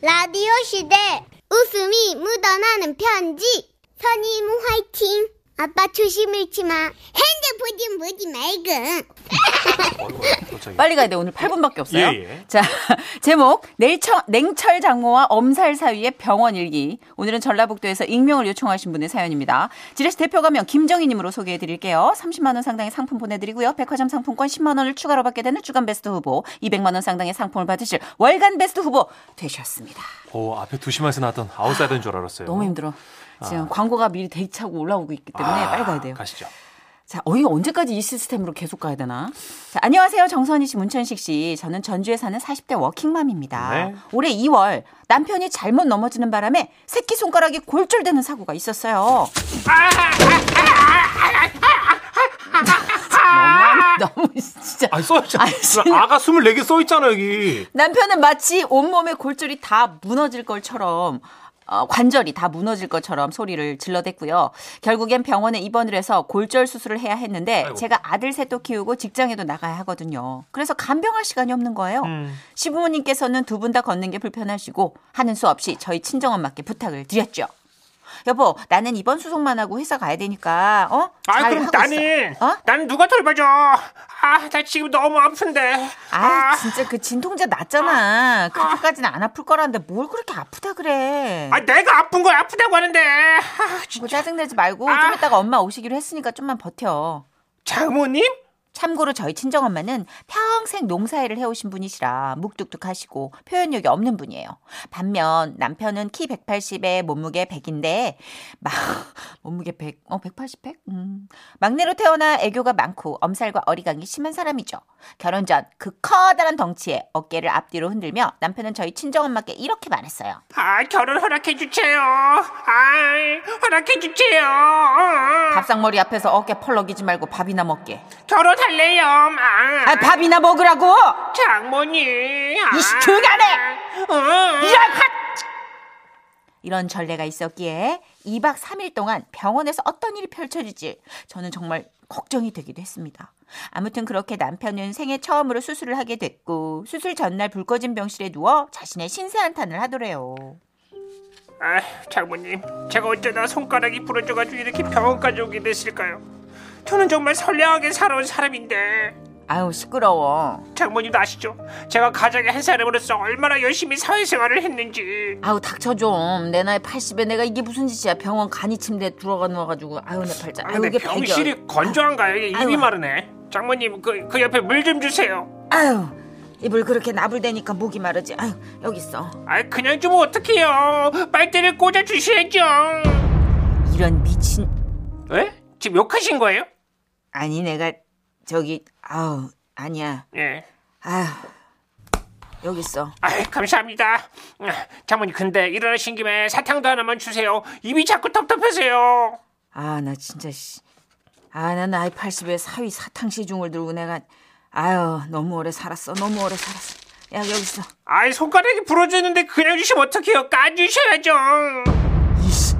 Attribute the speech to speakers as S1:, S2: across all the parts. S1: 라디오 시대 웃음이 묻어나는 편지 선임 화이팅 아빠 조심 잃지 마 핸드폰 좀 보지 말고
S2: 빨리 가야 돼. 오늘 8분밖에 없어요.
S3: 예, 예.
S2: 자, 제목 냉철, 냉철 장모와 엄살 사위의 병원 일기. 오늘은 전라북도에서 익명을 요청하신 분의 사연입니다. 지레시 대표 가명 김정희님으로 소개해드릴게요. 30만 원 상당의 상품 보내드리고요. 백화점 상품권 10만 원을 추가로 받게 되는 주간 베스트 후보, 200만 원 상당의 상품을 받으실 월간 베스트 후보 되셨습니다.
S3: 오, 앞에 두 시만에서 나왔던 아웃사이더인 줄 알았어요.
S2: 너무 힘들어. 지금 광고가 미리 대차고 올라오고 있기 때문에
S3: 아,
S2: 빨리 가야 돼요.
S3: 가시죠.
S2: 자, 어이 언제까지 이 시스템으로 계속 가야 되나? 자, 안녕하세요. 정선희 씨, 문천식 씨. 저는 전주에 사는 40대 워킹맘입니다.
S3: 네.
S2: 올해 2월 남편이 잘못 넘어지는 바람에 새끼 손가락이 골절되는 사고가 있었어요. 너무 너무 진짜.
S3: 아, 써 있잖아.
S2: 아, 진짜.
S3: 아가 24개 써 있잖아, 여기.
S2: 남편은 마치 온몸의 골절이 다 무너질 것처럼 어, 관절이 다 무너질 것처럼 소리를 질러댔고요. 결국엔 병원에 입원을 해서 골절 수술을 해야 했는데
S3: 아이고.
S2: 제가 아들 셋도 키우고 직장에도 나가야 하거든요. 그래서 간병할 시간이 없는 거예요.
S4: 음.
S2: 시부모님께서는 두 분 다 걷는 게 불편하시고 하는 수 없이 저희 친정엄마께 부탁을 드렸죠. 여보, 나는 이번 수속만 하고 회사 가야 되니까 어?
S4: 아,
S2: 잘
S4: 그럼
S2: 하고
S4: 나는
S2: 있어. 어?
S4: 나는 누가 돌봐줘? 아, 나 지금 너무 아픈데.
S2: 아, 진짜 그 진통제 났잖아. 그렇게까지는 안 아플 거라는데 뭘 그렇게 아프다 그래.
S4: 아, 내가 아픈 걸 아프다고 하는데. 아, 진-
S2: 뭐 짜증내지 말고 좀
S4: 아.
S2: 이따가 엄마 오시기로 했으니까 좀만 버텨.
S4: 장모님?
S2: 참고로 저희 친정엄마는 평생 농사일을 해오신 분이시라 묵뚝뚝하시고 표현력이 없는 분이에요. 반면 남편은 키 180에 몸무게 100인데 막 몸무게 100, 어 180, 100? 음. 막내로 태어나 애교가 많고 엄살과 어리광이 심한 사람이죠. 결혼 전 그 커다란 덩치에 어깨를 앞뒤로 흔들며 남편은 저희 친정엄마께 이렇게 말했어요.
S4: 아, 결혼 허락해 주세요. 아, 허락해 주세요. 어,
S2: 밥상머리 앞에서 어깨 펄럭이지 말고 밥이나 먹게.
S4: 결혼할래요. 아,
S2: 아, 밥이나 먹으라고!
S4: 장모님. 아.
S2: 이씨, 조용히 안 해!
S4: 어.
S2: 이런 핫! 이런 전례가 있었기에 2박 3일 동안 병원에서 어떤 일이 펼쳐질지 저는 정말 걱정이 되기도 했습니다. 아무튼 그렇게 남편은 생애 처음으로 수술을 하게 됐고 수술 전날 불 꺼진 병실에 누워 자신의 신세 한탄을 하더래요.
S4: 아, 장모님, 제가 어쩌다 손가락이 부러져가지고 이렇게 병원까지 오게 됐을까요? 저는 정말 선량하게 살아온 사람인데
S2: 아유 시끄러워.
S4: 장모님도 아시죠? 제가 가정의 한 사람으로서 얼마나 열심히 사회생활을 했는지
S2: 아우 닥쳐 좀 내 나이 80에 내가 이게 무슨 짓이야 병원 간이 침대에 들어가 누워가지고 아유 내 팔자.
S4: 아,
S2: 아유
S4: 근데
S2: 이게 발견.
S4: 병실이 건조한가요? 이게 입이
S2: 아유.
S4: 마르네 장모님 그, 그 옆에 물 좀 주세요
S2: 아유 입을 그렇게 나불대니까 목이 마르지. 아유 여기 있어.
S4: 아 그냥 좀 어떡해요 빨대를 꽂아 주셔야죠
S2: 이런 미친.
S4: 에? 지금 욕하신 거예요?
S2: 아니 내가 저기 아우 아니야
S4: 예.
S2: 아유 여기 있어
S4: 아 감사합니다 장모님 근데 일어나신 김에 사탕도 하나만 주세요 입이 자꾸 텁텁해서요
S2: 아 나 진짜 씨아나 나이 80에 사위 사탕 시중을 들고 내가 아유 너무 오래 살았어 너무 오래 살았어 야 여기 있어
S4: 아이 손가락이 부러졌는데 그냥 주시면 어떡해요 까주셔야죠
S2: 이씨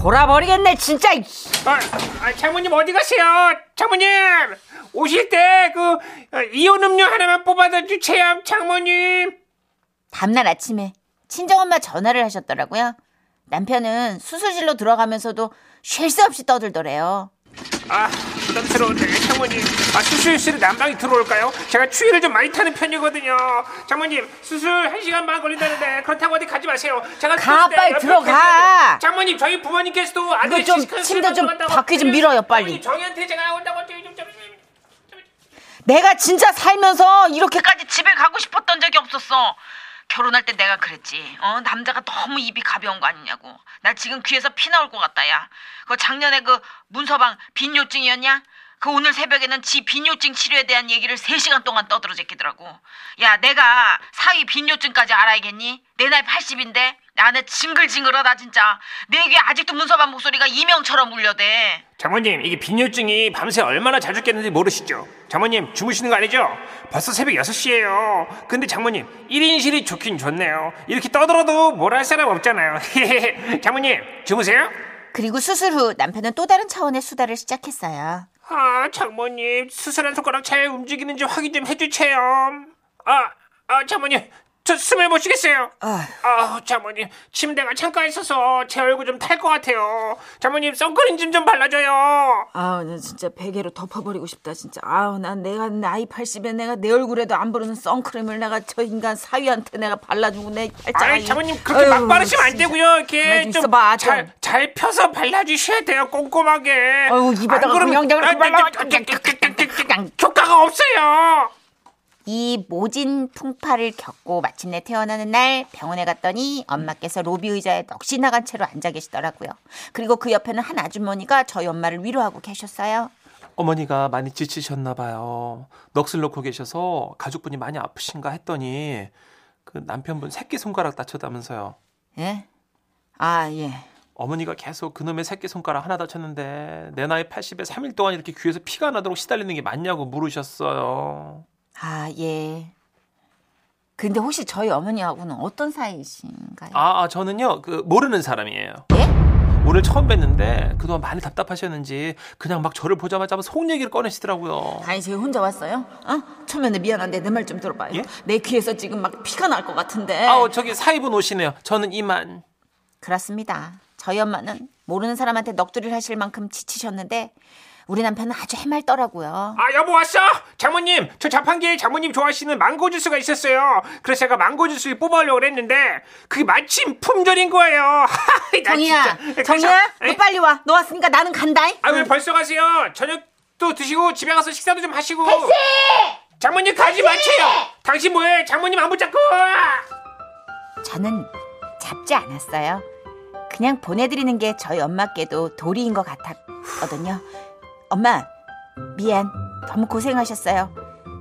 S2: 돌아버리겠네 진짜 이씨.
S4: 아, 아, 장모님 어디 가세요 장모님 오실 때 그 이온 음료 하나만 뽑아다 주세요 장모님
S2: 다음날 아침에 친정엄마 전화를 하셨더라고요 남편은 수술실로 들어가면서도 쉴 새 없이 떠들더래요
S4: 아 부담스러운데 장모님 아 수술실에 난방이 들어올까요 제가 추위를 좀 많이 타는 편이거든요 장모님 수술 한시간반 걸린다는데 그렇다고 어디 가지 마세요 제가
S2: 가,
S4: 수술 때
S2: 빨리
S4: 옆에
S2: 들어가.
S4: 계시는데 장모님 저희 부모님께서도 아들
S2: 좀
S4: 시식한
S2: 침대
S4: 술만
S2: 좀
S4: 들어간다고
S2: 바퀴 좀 밀어요, 빨리.
S4: 장모님, 정희한테 제가 온다고 저희 좀- 좀- 좀-
S2: 내가 진짜 살면서 이렇게까지 집에 가고 싶었던 적이 없었어. 결혼할 때 내가 그랬지. 어, 남자가 너무 입이 가벼운 거 아니냐고. 나 지금 귀에서 피 나올 것 같다, 야. 그 작년에 그 문서방 빈뇨증이었냐? 그 오늘 새벽에는 지 빈뇨증 치료에 대한 얘기를 세시간 동안 떠들어 제끼더라고. 야, 내가 사위 빈뇨증까지 알아야겠니? 내 나이 80인데? 나는 징글징글하다, 진짜. 내 귀에 아직도 문서방 목소리가 이명처럼 울려대.
S4: 장모님 이게 빈혈증이 밤새 얼마나 자주 깼는지 모르시죠? 장모님 주무시는 거 아니죠? 벌써 새벽 6시예요 근데 장모님 1인실이 좋긴 좋네요 이렇게 떠들어도 뭘 할 사람 없잖아요 장모님 주무세요?
S2: 그리고 수술 후 남편은 또 다른 차원의 수다를 시작했어요.
S4: 아 장모님 수술한 손가락 잘 움직이는지 확인 좀 해주세요 아, 아 장모님 저 숨을 못 쉬겠어요.
S5: 아.
S4: 아, 장모님 침대가 창가에 있어서 제 얼굴 좀 탈 것 같아요. 장모님 선크림 좀 좀 발라줘요.
S2: 아우 나 진짜 베개로 덮어버리고 싶다 진짜 아우 난 내가 나이 80에 내가 내 얼굴에도 안 부르는 선크림을 내가 저 인간 사위한테 내가 발라주고 내 팔자가
S4: 아이
S2: 이-
S4: 장모님 그렇게 막
S2: 아유,
S4: 바르시면 안
S2: 진짜.
S4: 되고요.
S2: 가만히
S4: 이렇게
S2: 좀 있어봐,
S4: 좀 잘
S2: 좀.
S4: 잘 펴서 발라주셔야 돼요. 꼼꼼하게.
S2: 아유, 입에다가
S4: 안 그러면
S2: 그냥 그냥 발라.
S4: 효과가 없어요.
S6: 이 모진 풍파를 겪고 마침내 태어나는 날 병원에 갔더니 엄마께서 로비 의자에 넋이 나간 채로 앉아 계시더라고요. 그리고 그 옆에는 한 아주머니가 저희 엄마를 위로하고 계셨어요.
S3: 어머니가 많이 지치셨나 봐요. 넋을 놓고 계셔서 가족분이 많이 아프신가 했더니 그 남편분 새끼 손가락 다쳤다면서요.
S6: 예? 아, 예.
S3: 어머니가 계속 그놈의 새끼 손가락 하나 다쳤는데 내 나이 80에 3일 동안 이렇게 귀에서 피가 나도록 시달리는 게 맞냐고 물으셨어요.
S6: 아, 예. 근데 혹시 저희 어머니하고는 어떤 사이이신가요? 예?
S3: 아, 아, 저는요 그 모르는 사람이에요. 오늘 처음 뵀는데 그동안 많이 답답하셨는지 그냥 막 저를 보자마자 막속 얘기를 꺼내시더라고요.
S2: 아니 제가 혼자 왔어요? 어? 초면에 미안한데 내 말 좀 들어봐요
S3: 예?
S2: 내 귀에서 지금 막 피가 날 것 같은데
S3: 아우 저기 사이분 오시네요. 저는 이만.
S6: 그렇습니다. 저희 엄마는 모르는 사람한테 넋두리를 하실 만큼 지치셨는데 우리 남편은 아주 해맑더라고요.
S4: 아 여보 왔어? 장모님 저 자판기에 장모님 좋아하시는 망고 주스가 있었어요. 그래서 제가 망고 주스를 뽑아오려고 했는데 그게 마침 품절인 거예요.
S3: 아,
S6: 정희야, 정희야, 너 빨리 와. 너 왔으니까 나는 간다.
S4: 예? 아왜 벌써 가세요? 저녁도 드시고 집에 가서 식사도 좀 하시고. 장모님 가지 마세요. 당신 뭐해? 장모님 안 붙잡고.
S6: 저는 잡지 않았어요. 그냥 보내드리는 게 저희 엄마께도 도리인 것 같았거든요. 엄마, 미안. 너무 고생하셨어요.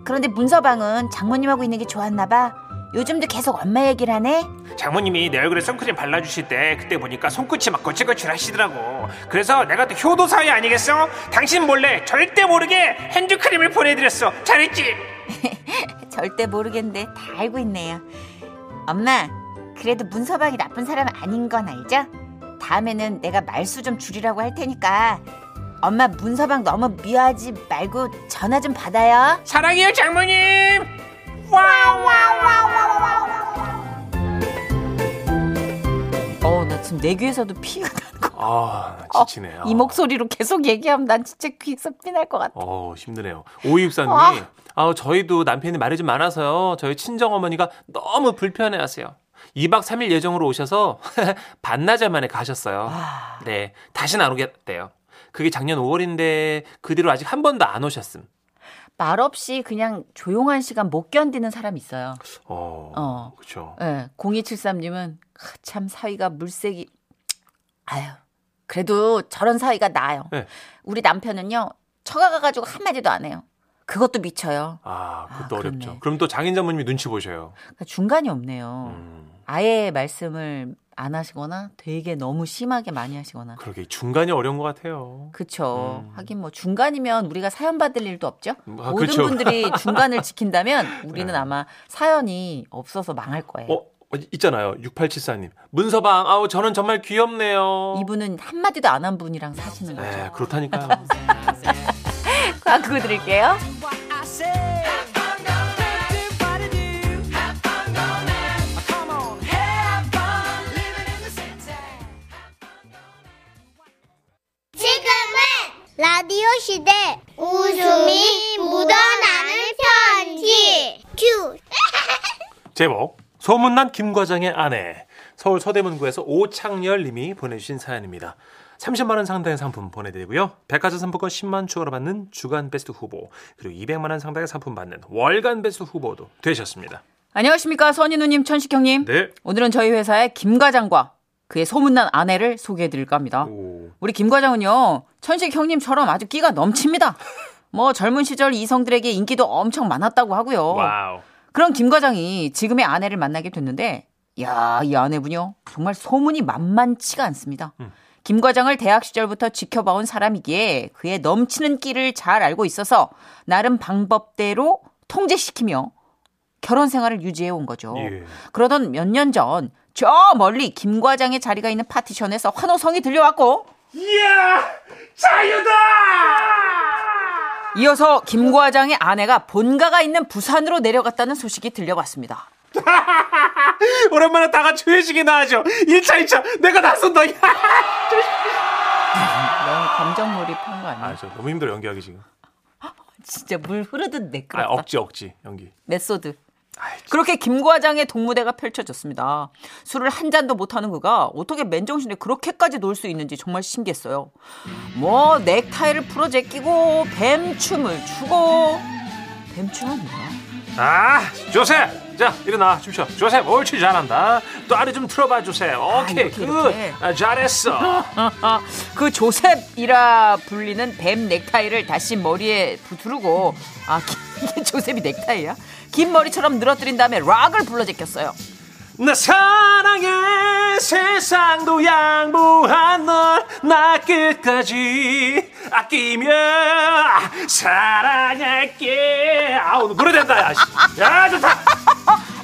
S6: 그런데 문서방은 장모님하고 있는 게 좋았나 봐. 요즘도 계속 엄마 얘기를 하네.
S4: 장모님이 내 얼굴에 선크림 발라주실 때 그때 보니까 손끝이 막 거칠거칠 하시더라고 그래서 내가 또 효도사회 아니겠어? 당신 몰래 절대 모르게 핸드크림을 보내드렸어 잘했지?
S6: 절대 모르겠는데 다 알고 있네요. 엄마, 그래도 문서방이 나쁜 사람 아닌 건 알죠? 다음에는 내가 말수 좀 줄이라고 할 테니까 엄마 문서방 너무 미워하지 말고 전화 좀 받아요.
S4: 사랑해요 장모님 와우 와우 와우 와우 와우
S2: 어우 나 지금 내 귀에서도 피가 나고
S3: 아 지치네요.
S2: 어, 이 목소리로 계속 얘기하면 난 진짜 귀에서 피 날 것 같아
S3: 어 힘드네요. 오이육사님. 아 저희도 남편이 말이 좀 많아서요. 저희 친정 어머니가 너무 불편해하세요. 2박 3일 예정으로 오셔서 반나절 만에 가셨어요. 네, 다시는 안 오겠대요. 그게 작년 5월인데 그 뒤로 아직 한 번도 안 오셨음.
S6: 말없이 그냥 조용한 시간 못 견디는 사람 있어요.
S3: 어,
S2: 어.
S3: 그렇죠.
S2: 예, 0273님은 참 사위가 물색이 아유 그래도 저런 사위가 나아요
S3: 네.
S6: 우리 남편은요, 처가 가가지고 한마디도 안 해요. 그것도 미쳐요.
S3: 아, 그것도
S2: 아, 그렇네.
S3: 어렵죠. 그럼 또 장인 장모님이 눈치 보셔요.
S2: 그러니까 중간이 없네요
S3: 음,
S2: 아예 말씀을 안 하시거나 되게 너무 심하게 많이 하시거나
S3: 그러게 중간이 어려운 것 같아요.
S2: 그쵸
S3: 음.
S2: 하긴 뭐 중간이면 우리가 사연 받을 일도 없죠
S3: 아,
S2: 모든
S3: 그쵸. 네.
S2: 분들이 중간을 지킨다면 우리는 아마 사연이 없어서 망할 거예요
S3: 어, 어, 있잖아요. 6874님. 문서방, 아우, 저는 정말 귀엽네요.
S2: 이분은 한마디도 안 한 분이랑 사시는 거죠
S3: 어? 네, 그렇다니까요.
S2: 광고 드릴게요
S1: 지금은 라디오 시대 웃음이 묻어나는 편지 큐
S3: 제목 소문난 김과장의 아내 서울 서대문구에서 오창열 님이 보내주신 사연입니다. 30만 원 상당의 상품 보내드리고요. 백화점 상품권 10만 추가로 받는 주간 베스트 후보 그리고 200만 원 상당의 상품 받는 월간 베스트 후보도 되셨습니다.
S2: 안녕하십니까 선인우님 천식형님
S3: 네.
S2: 오늘은 저희 회사의 김 과장과 그의 소문난 아내를 소개해드릴까 합니다.
S3: 오.
S2: 우리 김 과장은요 천식 형님처럼 아주 끼가 넘칩니다. 뭐 젊은 시절 이성들에게 인기도 엄청 많았다고
S3: 어.
S2: 하고요.
S3: 와우.
S2: 그런 김 과장이 지금의 아내를 만나게 됐는데, 야, 이 아내분요. 정말 소문이 만만치가 않습니다. 김 과장을 대학 시절부터 지켜봐온 사람이기에 그의 넘치는 끼를 잘 알고 있어서 나름 방법대로 통제시키며 결혼 생활을 유지해온 거죠.
S3: 예.
S2: 그러던 몇 년 전 저 멀리 김 과장의 자리가 있는 파티션에서 환호성이 들려왔고
S4: 이야 자유다
S2: 이어서 김 과장의 아내가 본가가 있는 부산으로 내려갔다는 소식이 들려왔습니다.
S4: 오랜만에 다 같이 회식이나 하죠. 1차, 2차. 내가 나선다.
S2: 너무 감정 몰입한 거 아니야?
S3: 아, 저 너무 힘들어 연기하기 지금.
S2: 진짜 물 흐르듯
S3: 아,
S2: 매끄럽다.
S3: 억지 억지 연기.
S2: 메소드. 그렇게 김과장의 동무대가 펼쳐졌습니다. 술을 한 잔도 못하는 그가 어떻게 맨정신에 그렇게까지 놀 수 있는지 정말 신기했어요. 뭐 넥타이를 풀어 제끼고 뱀춤을 추고 뱀춤은 뭐야?
S3: 아, 조셉. 자, 일어나. 춤춰. 조셉, 옳지 잘한다. 또 아래 좀 틀어봐 주세요. 오케이,
S2: 이렇게,
S3: 굿.
S2: 이렇게.
S3: 아, 잘했어.
S2: 아, 그 조셉이라 불리는 뱀 넥타이를 다시 머리에 두르고 아 기- 이게 조셉이 넥타이야? 긴 머리처럼 늘어뜨린 다음에 락을 불러 제꼈어요.
S3: 나 사랑해 세상도 양보한 널 나 끝까지 아끼며 사랑할게 아우 노래 된다 야, 씨. 야 좋다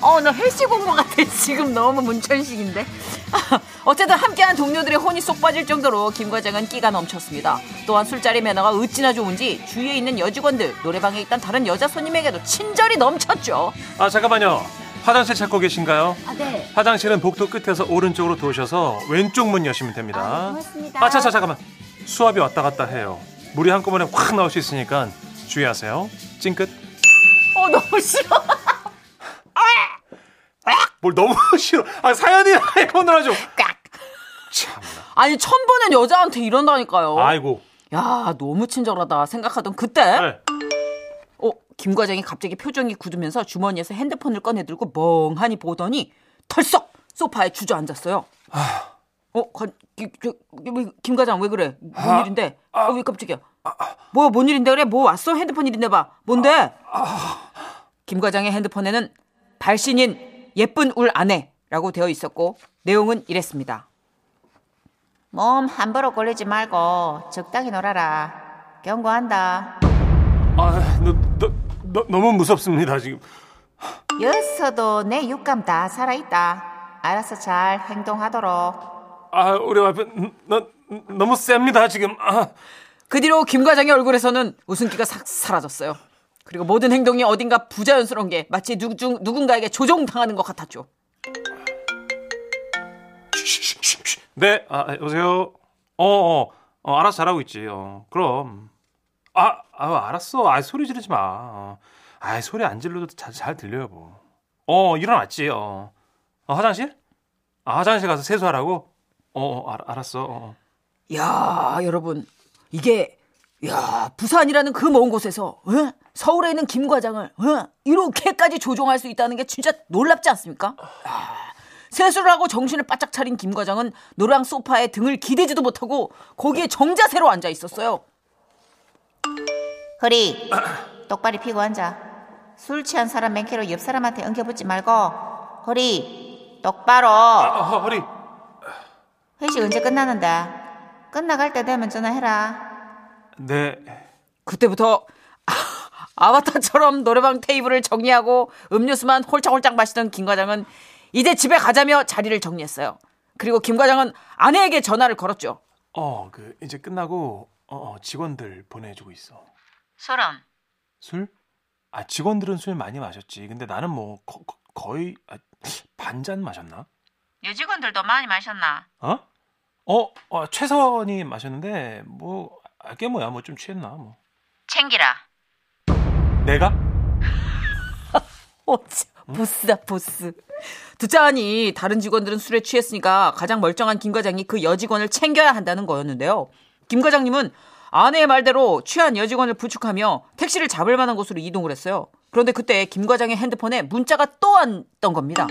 S2: 어, 나 회식 온 것 같아. 지금 너무 문천식인데. 어쨌든 함께한 동료들의 혼이 쏙 빠질 정도로 김 과장은 끼가 넘쳤습니다. 또한 술자리 매너가 어찌나 좋은지 주위에 있는 여직원들, 노래방에 있던 다른 여자 손님에게도 친절이 넘쳤죠.
S3: 아 잠깐만요 화장실 찾고 계신가요?
S1: 아, 네.
S3: 화장실은 복도 끝에서 오른쪽으로 도셔서 왼쪽 문 여시면 됩니다
S1: 아, 네, 고맙습니다.
S3: 아, 자, 자, 잠깐만 수압이 왔다 갔다 해요 물이 한꺼번에 확 나올 수 있으니까 주의하세요 찡끗
S2: 어, 너무 싫어.
S3: 뭘 너무 싫어 아 사연이 오늘 아주
S2: 아니, 처음 보는 여자한테
S1: 어?
S2: 이런다니까요.
S3: 아이고
S2: 야, 너무 친절하다 생각하던 그때.
S3: 네.
S2: 어, 김 과장이 갑자기 표정이 굳으면서 주머니에서 핸드폰을 꺼내들고 멍하니 보더니 털썩 소파에 주저앉았어요. 어, 관, 기, 저, 왜, 김 과장 왜 그래? 뭔 일인데? 아, 왜 깜짝이야? 뭐야, 뭔 일인데 그래? 뭐 왔어? 핸드폰 일인데 봐. 뭔데? 아. 김 과장의 핸드폰에는 발신인 예쁜 울 아내라고 되어 있었고 내용은 이랬습니다.
S6: 몸 함부로 걸리지 말고 적당히 놀아라. 경고한다.
S3: 아, 너, 너, 너, 너무 무섭습니다 지금.
S6: 여서도 내 육감 다 살아있다. 알아서 잘 행동하도록.
S3: 아, 우리 와이프 너, 너무 셉니다 지금. 아,
S2: 그 뒤로 김 과장의 얼굴에서는 웃음기가 싹 사라졌어요. 그리고 모든 행동이 어딘가 부자연스러운 게 마치 누, 중, 누군가에게 조종당하는 것 같았죠.
S3: 네, 아, 여보세요. 어, 어, 어, 알아서 잘하고 있지. 어, 그럼. 아, 아, 알았어. 아, 소리 지르지 마. 어. 아, 소리 안 질러도 자- 잘 들려요 뭐. 어, 일어났지. 어, 어, 화장실? 아, 화장실 가서 세수하라고. 어, 어 알, 알았어. 어.
S2: 야 여러분 이게 야 부산이라는 그 먼 곳에서 어? 서울에 있는 김 과장을 어? 이렇게까지 조종할 수 있다는 게 진짜 놀랍지 않습니까? 야, 세수를 하고 정신을 바짝 차린 김 과장은 노랑 소파에 등을 기대지도 못하고 거기에 정자세로 앉아 있었어요.
S6: 허리 똑바로 피고 앉아. 술 취한 사람 맨키로 옆 사람한테 엉겨붙지 말고 허리
S3: 아,
S6: 똑바로.
S3: 어, 허리.
S6: 회식 언제 끝나는데? 끝나갈 때 되면 전화해라.
S3: 네.
S2: 그때부터 아, 바타처럼 노래방 테이블을 정리하고 음료수만 홀짝홀짝 마시던 김 과장은 이제 집에 가자며 자리를 정리했어요. 그리고 김 과장은 아내에게 전화를 걸었죠.
S3: 어, 그 이제 끝나고 어, 어, 직원들 보내주고 있어.
S5: 소름.
S3: 술? 아 직원들은 술 많이 마셨지. 근데 나는 뭐 거, 의 아, 반잔 마셨나?
S5: 여직원들도 많이 마셨나?
S3: 어? 어, 어, 최선이 마셨는데 뭐 알게 뭐야 뭐 좀 취했나 뭐.
S5: 챙기라.
S3: 내가?
S2: 어, 참, 보스다 보스. 듣자하니 다른 직원들은 술에 취했으니까 가장 멀쩡한 김 과장이 그 여직원을 챙겨야 한다는 거였는데요. 김 과장님은 아내의 말대로 취한 여직원을 부축하며 택시를 잡을 만한 곳으로 이동을 했어요. 그런데 그때 김 과장의 핸드폰에 문자가 또 왔던 겁니다.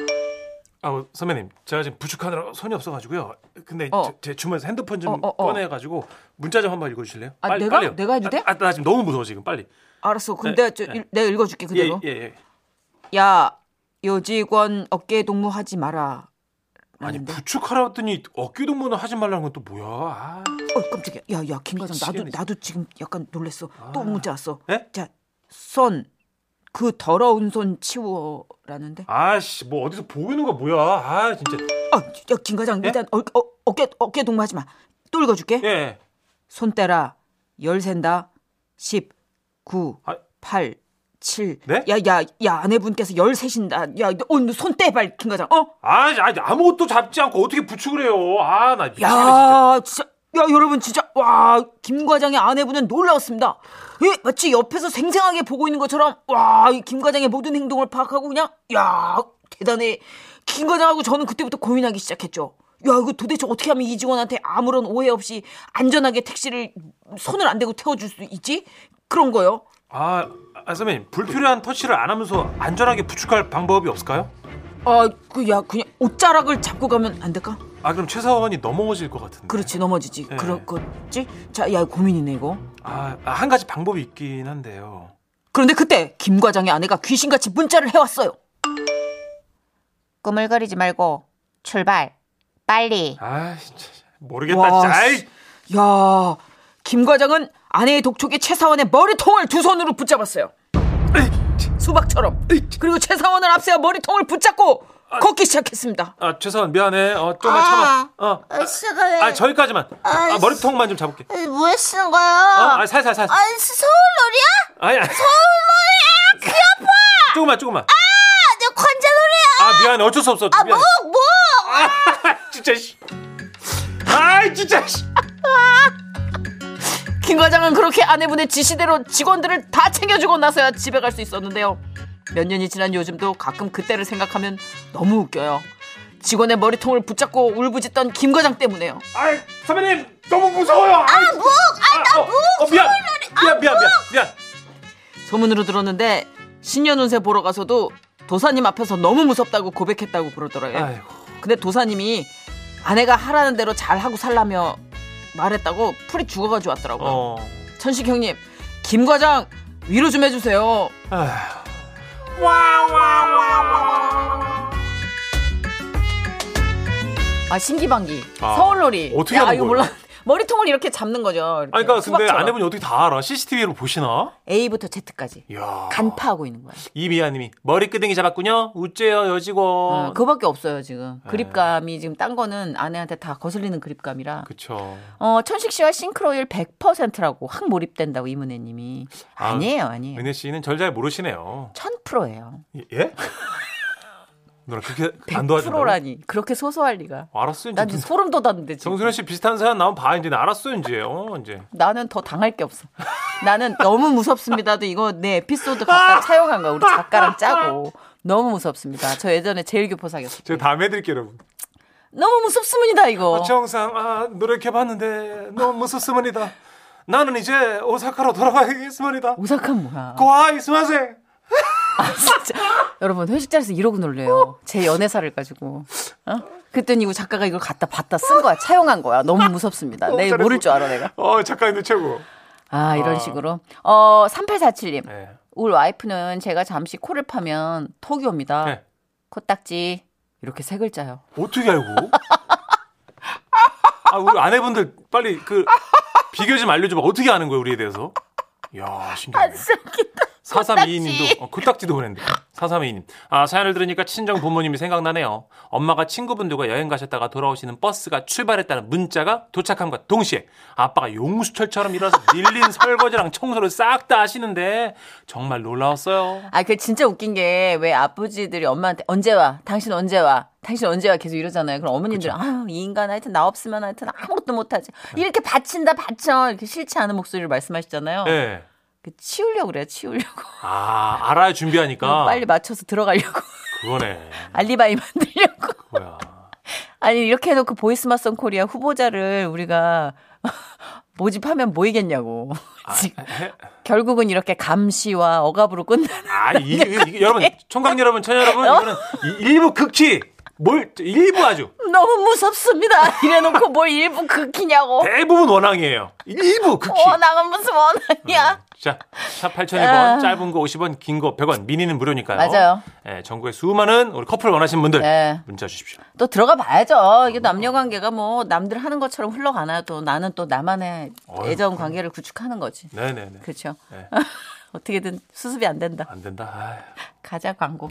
S3: 아 어, 선배님 제가 지금 부축하느라 손이 없어가지고요. 근데
S2: 어.
S3: 제, 제 주머니에서 핸드폰 좀
S2: 어, 어, 어.
S3: 꺼내가지고 문자 좀 한번 읽어주실래요?
S2: 아, 내가? 내가 해도 돼?
S3: 아, 아, 나 지금 너무 무서워 지금 빨리.
S2: 알았어. 그럼
S3: 네,
S2: 내가, 저,
S3: 네.
S2: 일- 내가 읽어줄게 그대로.
S3: 예, 예, 예.
S2: 야 여직원 어깨 동무하지 마라.
S3: 아니
S2: 라는데.
S3: 부축하라 했더니 어깨 동무는 하지 말라는 건 또 뭐야? 아.
S2: 어 깜짝이야. 야야 김과장 나도
S3: 미치겠네, 진짜.
S2: 나도 지금 약간 놀랬어. 또 문자 왔어.
S3: 예?
S2: 자손 그 더러운 손 치워라는데.
S3: 아씨 뭐 어디서 보이는 거 뭐야? 아 진짜.
S2: 어, 야김 과장
S3: 예?
S2: 일단 어, 어, 어깨 어깨 동무하지 마. 또 읽어줄게.
S3: 예, 예.
S2: 손 떼라 열 센다 10, 9,
S3: 아.
S2: 8, 17.
S3: 네?
S2: 야, 야, 야, 아내분께서 13이신다. 야, 너 오늘 손때 밝힌 거잖아. 어?
S3: 아, 아, 아무것도 잡지 않고 어떻게 부축을 해요? 아, 나 미치겠네, 진짜.
S2: 야, 진짜. 야, 여러분, 진짜. 와, 김 과장의 아내분은 놀라웠습니다. 예, 마치 옆에서 생생하게 보고 있는 것처럼, 와, 이김 과장의 모든 행동을 파악하고 그냥, 야, 대단해. 김 과장하고 저는 그때부터 고민하기 시작했죠. 야, 이거 도대체 어떻게 하면 이 직원한테 아무런 오해 없이 안전하게 택시를 손을 안 대고 태워줄 수 있지? 그런 거요.
S3: 아, 아, 선배님, 불필요한 터치를 안 하면서 안전하게 부축할 방법이 없을까요?
S2: 아, 그, 야, 그냥 옷자락을 잡고 가면 안 될까?
S3: 아, 그럼 최사원이 넘어질 것 같은데.
S1: 그렇죠.
S2: 그렇지, 넘어지지.
S3: 네.
S2: 그럴 거지? 자, 야, 고민이네, 이거.
S3: 아, 아, 한 가지 방법이 있긴 한데요.
S2: 그런데 그때 김 과장의 아내가 귀신같이 문자를 해왔어요.
S6: 꾸물거리지 말고 출발 빨리
S3: 아, 진짜 모르겠다. 진짜. 아이,
S2: 야, 김 과장은 아내의 독촉에 최사원의 머리통을 두 손으로 붙잡았어요. 수박처럼. 그리고 최사원을 앞세워 머리통을 붙잡고 걷기 시작했습니다.
S3: 아, 최사원 미안해. 어, 좀만 참아. 어.
S1: 아, 씨가 왜?
S3: 아, 저기까지만. 아, 머리통만 좀 잡을게.
S1: 아, 왜 쓰는
S3: 어,
S1: 거야?
S3: 아, 살살 살살.
S1: 아, 서울놀이야?
S3: 아니, 아니. 조금만, 조금만.
S1: 아, 내 관자놀이야.
S3: 아, 미안해. 어쩔 수 없어.
S1: 아,
S3: 미안해. 아,
S1: 뭐, 뭐?
S3: 진짜 씨. 아이, 진짜 씨.
S2: 김 과장은 그렇게 아내분의 지시대로 직원들을 다 챙겨주고 나서야 집에 갈 수 있었는데요. 몇 년이 지난 요즘도 가끔 그때를 생각하면 너무 웃겨요. 직원의 머리통을 붙잡고 울부짖던 김 과장 때문에요.
S4: 아이 선배님 너무 무서워요. 아이,
S1: 뭐? 아, 나
S3: 어,
S1: 뭐? 아,
S3: 어, 미안. 미안, 미안, 미안, 미안.
S2: 소문으로 들었는데 신년 운세 보러 가서도 도사님 앞에서 너무 무섭다고 고백했다고 그러더라고요.
S3: 아이고.
S2: 근데 도사님이 아내가 하라는 대로 잘 하고 살라며 말했다고 풀이 죽어가지고 왔더라고요.
S3: 어.
S2: 천식 형님, 김 과장 위로 좀 해주세요.
S3: 아휴.
S2: 아 신기방기,
S3: 아,
S2: 서울놀이.
S3: 어떻게
S2: 야,
S3: 하는
S2: 이거
S3: 거예요?
S2: 몰라. 머리통을 이렇게 잡는 거죠.
S3: 아니, 그러니까 근데
S2: 수박처럼.
S3: 아내분이 어떻게 다 알아? CCTV로 보시나?
S2: A부터 Z까지
S3: 이야.
S2: 간파하고 있는 거야.
S3: 이미아님이 머리끄댕이 잡았군요. 우째요 여직원.
S2: 어, 그거밖에 없어요 지금.
S3: 네.
S2: 그립감이 지금 딴 거는 아내한테 다 거슬리는 그립감이라.
S3: 그쵸.
S2: 어, 천식 씨와 싱크로율 100%라고 확 몰입된다고 이문혜 님이.
S3: 아,
S2: 아니에요, 아니에요.
S3: 은혜 씨는 절 잘 모르시네요.
S2: 1000%예요.
S3: 예? 누나 그렇게 안 도와준다고?
S2: 100%라니. 그렇게 소소할 리가.
S3: 알았어 이제.
S2: 난 지금 소름 돋았는데 지금.
S3: 아, 정순현 씨 비슷한 사연 나오면 봐 이제 알았어 이제. 어 이제.
S2: 나는 더 당할 게 없어. 나는 너무 무섭습니다도 이거 내 에피소드 각각 사용한 거야. 우리 작가랑 짜고. 너무 무섭습니다. 저 예전에 제일 교포 사귀었어요.
S3: 제가 다음 해드릴게요 여러분.
S2: 너무 무섭습니다, 이거.
S3: 정상 아 노력해봤는데 너무 무섭습니다. 나는 이제 오사카로 돌아가겠습니다.
S2: 오사카 뭐야.
S3: 고아이 스마세.
S2: 아, 진짜. 여러분, 회식 자리에서 이러고 놀래요. 제 연애사를 가지고. 어? 그랬더니 이거 작가가 이걸 갖다 봤다 쓴 거야. 차용한 거야. 너무 무섭습니다.
S3: 너무
S2: 내일
S3: 잘했어.
S2: 모를 줄 알아, 내가.
S3: 어 작가님도 최고.
S2: 아, 이런 식으로. 어, 3847님.
S3: 네.
S2: 우리 와이프는 제가 잠시 코를 파면 톡이 옵니다.
S3: 네.
S2: 코딱지. 이렇게 세 글자요.
S3: 어떻게 알고? 아, 우리 아내분들 빨리 그 비교 좀 알려줘봐. 어떻게 아는 거야 우리에 대해서? 이야 신기하네. 사삼이이님도 어, 코딱지도 보냈는데. 사삼이이님, 아 사연을 들으니까 친정 부모님이 생각나네요. 엄마가 친구분들과 여행 가셨다가 돌아오시는 버스가 출발했다는 문자가 도착함과 동시에 아빠가 용수철처럼 일어서 밀린 설거지랑 청소를 싹 다 하시는데 정말 놀라웠어요.
S2: 아, 그 진짜 웃긴 게 왜 아버지들이 엄마한테 언제 와? 당신 언제 와? 당신 언제 와? 계속 이러잖아요. 그럼 어머님들은 아유, 이 인간 하여튼 나 없으면 하여튼 아무것도 못하지. 이렇게 바친다, 바쳐. 이렇게 싫지 않은 목소리를 말씀하시잖아요.
S3: 네.
S2: 그 치우려고 그래요, 치우려고.
S3: 아 알아야 준비하니까
S2: 어, 빨리 맞춰서 들어가려고.
S3: 그거네.
S2: 알리바이 만들려고.
S3: 뭐야.
S2: 아니, 이렇게 해놓고 보이스마선 코리아 후보자를 우리가 모집하면 모이겠냐고.
S3: 아,
S2: 지금 결국은 이렇게 감시와 억압으로 끝나는.
S3: 아니 이게, 이게, 이게 여러분 청각 여러분 천 여러분
S2: 어?
S3: 이거는 이- 일부 극치 뭘 일부 아주
S2: 너무 무섭습니다. 이래놓고 뭘 일부 긁히냐고.
S3: 대부분 원앙이에요 일부 극치
S2: 원앙은 무슨
S3: 네.
S2: 원앙이야?
S3: 자샵
S2: 어? 아.
S3: 8001번 짧은 거 50원 긴 거 100원 미니는 무료니까요
S2: 맞아요.
S3: 예, 전국의 수많은 우리 커플 원하시는 분들
S2: 네.
S3: 문자 주십시오
S2: 또 들어가 봐야죠. 이게 남녀 관계가 뭐 남들 하는 것처럼 흘러가나요? 또 나는 또 나만의
S3: 어휴,
S2: 애정 관계를 구축하는 거지.
S3: 네네네
S2: 그렇죠.
S3: 네.
S2: 어떻게든 수습이 안 된다.
S3: 안 된다 아유.
S2: 가자 광고.